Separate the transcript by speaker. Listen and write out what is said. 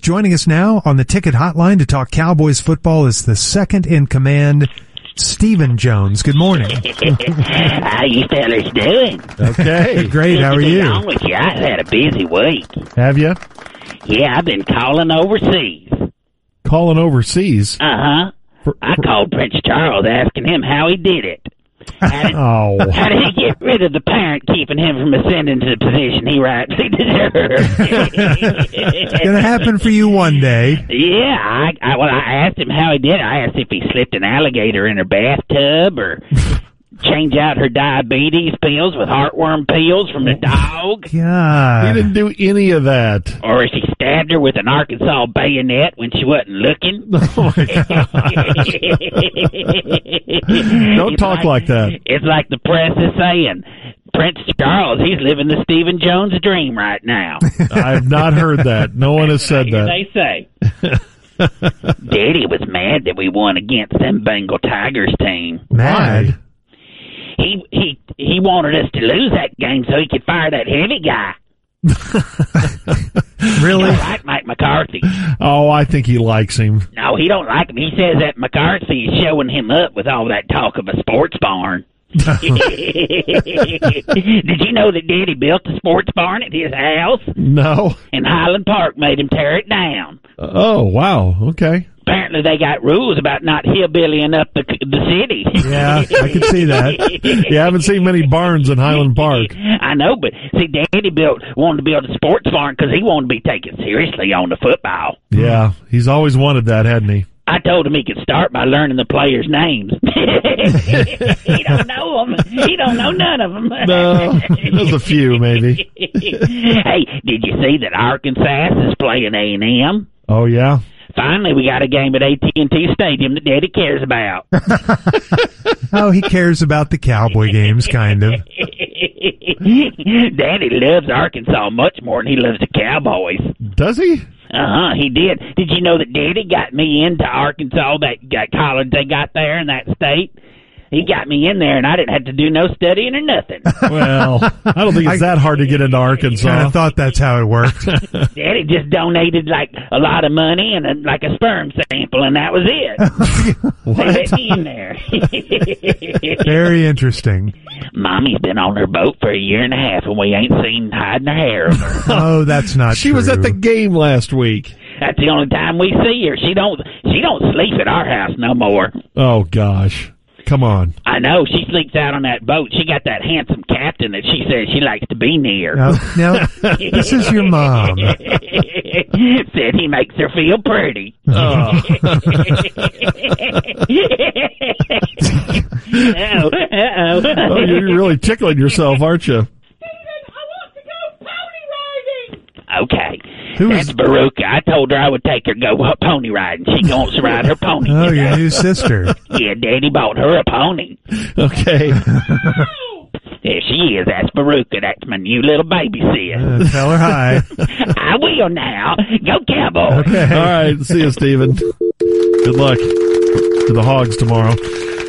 Speaker 1: Joining us now on the ticket hotline to talk Cowboys football is the second in command, Stephen Jones. Good morning.
Speaker 2: How you fellas doing?
Speaker 3: Okay.
Speaker 1: Great. How are
Speaker 2: What's
Speaker 1: you?
Speaker 2: wrong with you? I've had a busy week.
Speaker 3: Have you?
Speaker 2: Yeah, I've been calling overseas.
Speaker 3: Calling overseas.
Speaker 2: Uh huh. I called Prince Charles asking him how he did it. How did,
Speaker 3: Oh.
Speaker 2: how did he get rid of the parent keeping him from ascending to the position he rightfully deserved?
Speaker 1: Gonna happen for you one day.
Speaker 2: yeah, I, I well, I asked him how he did it. I asked if he slipped an alligator in her bathtub or change out her diabetes pills with heartworm pills from the dog.
Speaker 3: He
Speaker 1: God.
Speaker 3: didn't do any of that.
Speaker 2: Or if she stabbed her with an Arkansas bayonet when she wasn't looking.
Speaker 3: Oh my God.
Speaker 2: Don't
Speaker 3: talk like that.
Speaker 2: It's like the press is saying. Prince Charles, he's living the Stephen Jones dream right now.
Speaker 3: I've not heard that. No one has said that.
Speaker 2: They say. Daddy was mad that we won against them Bengal Tigers team.
Speaker 1: Mad.
Speaker 3: Why?
Speaker 2: He he he wanted us to lose that game so he could fire that heavy guy.
Speaker 1: Really?
Speaker 2: All right, Mike McCarthy.
Speaker 3: Oh, I think he likes him.
Speaker 2: No, he don't like him. He says that McCarthy is showing him up with all that talk of a sports barn. Did you know that Daddy built a sports barn at his house?
Speaker 3: No.
Speaker 2: And Highland Park made him tear it down.
Speaker 3: Oh, wow. Okay.
Speaker 2: Apparently, they got rules about not hillbillying up the the city.
Speaker 1: Yeah, I can see that.
Speaker 3: You haven't seen many barns in Highland Park.
Speaker 2: I know, but see, Daddy built wanted to build a sports barn because he wanted to be taken seriously on the football.
Speaker 3: Yeah. He's always wanted that, hadn't he?
Speaker 2: I told him he could start by learning the players' names. he don't know them. He don't know none of them.
Speaker 3: No. There's a few, maybe.
Speaker 2: hey, did you see that Arkansas is playing A and M?
Speaker 3: Oh, yeah.
Speaker 2: Finally, we got a game at AT and T Stadium that Daddy cares about.
Speaker 1: Oh, he cares about the Cowboy games, kind of.
Speaker 2: Daddy loves Arkansas much more than he loves the Cowboys.
Speaker 3: Does he?
Speaker 2: Uh huh. He did. Did you know that Daddy got me into Arkansas? That, that college they got there in that state. He got me in there, and I didn't have to do no studying or nothing.
Speaker 3: Well, I don't think it's that hard to get into
Speaker 1: Kind
Speaker 3: Arkansas.
Speaker 1: of thought that's how it worked.
Speaker 2: Daddy just donated like a lot of money and a, like a sperm sample, and that was it. They let me in there.
Speaker 1: Very interesting.
Speaker 2: Mommy's been on her boat for a year and a half, and we ain't seen hiding her hair. Of her.
Speaker 1: Oh, that's not
Speaker 3: She was at the
Speaker 1: true.
Speaker 3: game last week.
Speaker 2: That's the only time we see her. She don't. She don't sleep at our house no more.
Speaker 3: Oh, gosh. Come on.
Speaker 2: I know she sleeps out on that boat. She got that handsome captain that she says she likes to be near.
Speaker 1: Now, now, Oh, this is your mom.
Speaker 2: Said he makes her feel pretty.
Speaker 3: Oh.
Speaker 2: oh,
Speaker 3: Oh,
Speaker 2: uh-oh.
Speaker 3: you're really tickling yourself, aren't you?
Speaker 2: Okay.
Speaker 1: Who
Speaker 2: That's
Speaker 1: is-
Speaker 2: Baruka. I told her I would take her go uh, pony riding. She wants to ride her pony.
Speaker 1: Oh, your new sister.
Speaker 2: Yeah, Daddy bought her a pony.
Speaker 3: Okay.
Speaker 2: There she is. That's Baruka. That's my new little baby sis.
Speaker 1: Uh, tell her hi.
Speaker 2: I will now. Go Cowboys.
Speaker 3: All right. See you, Stephen. Good luck to the Hogs tomorrow.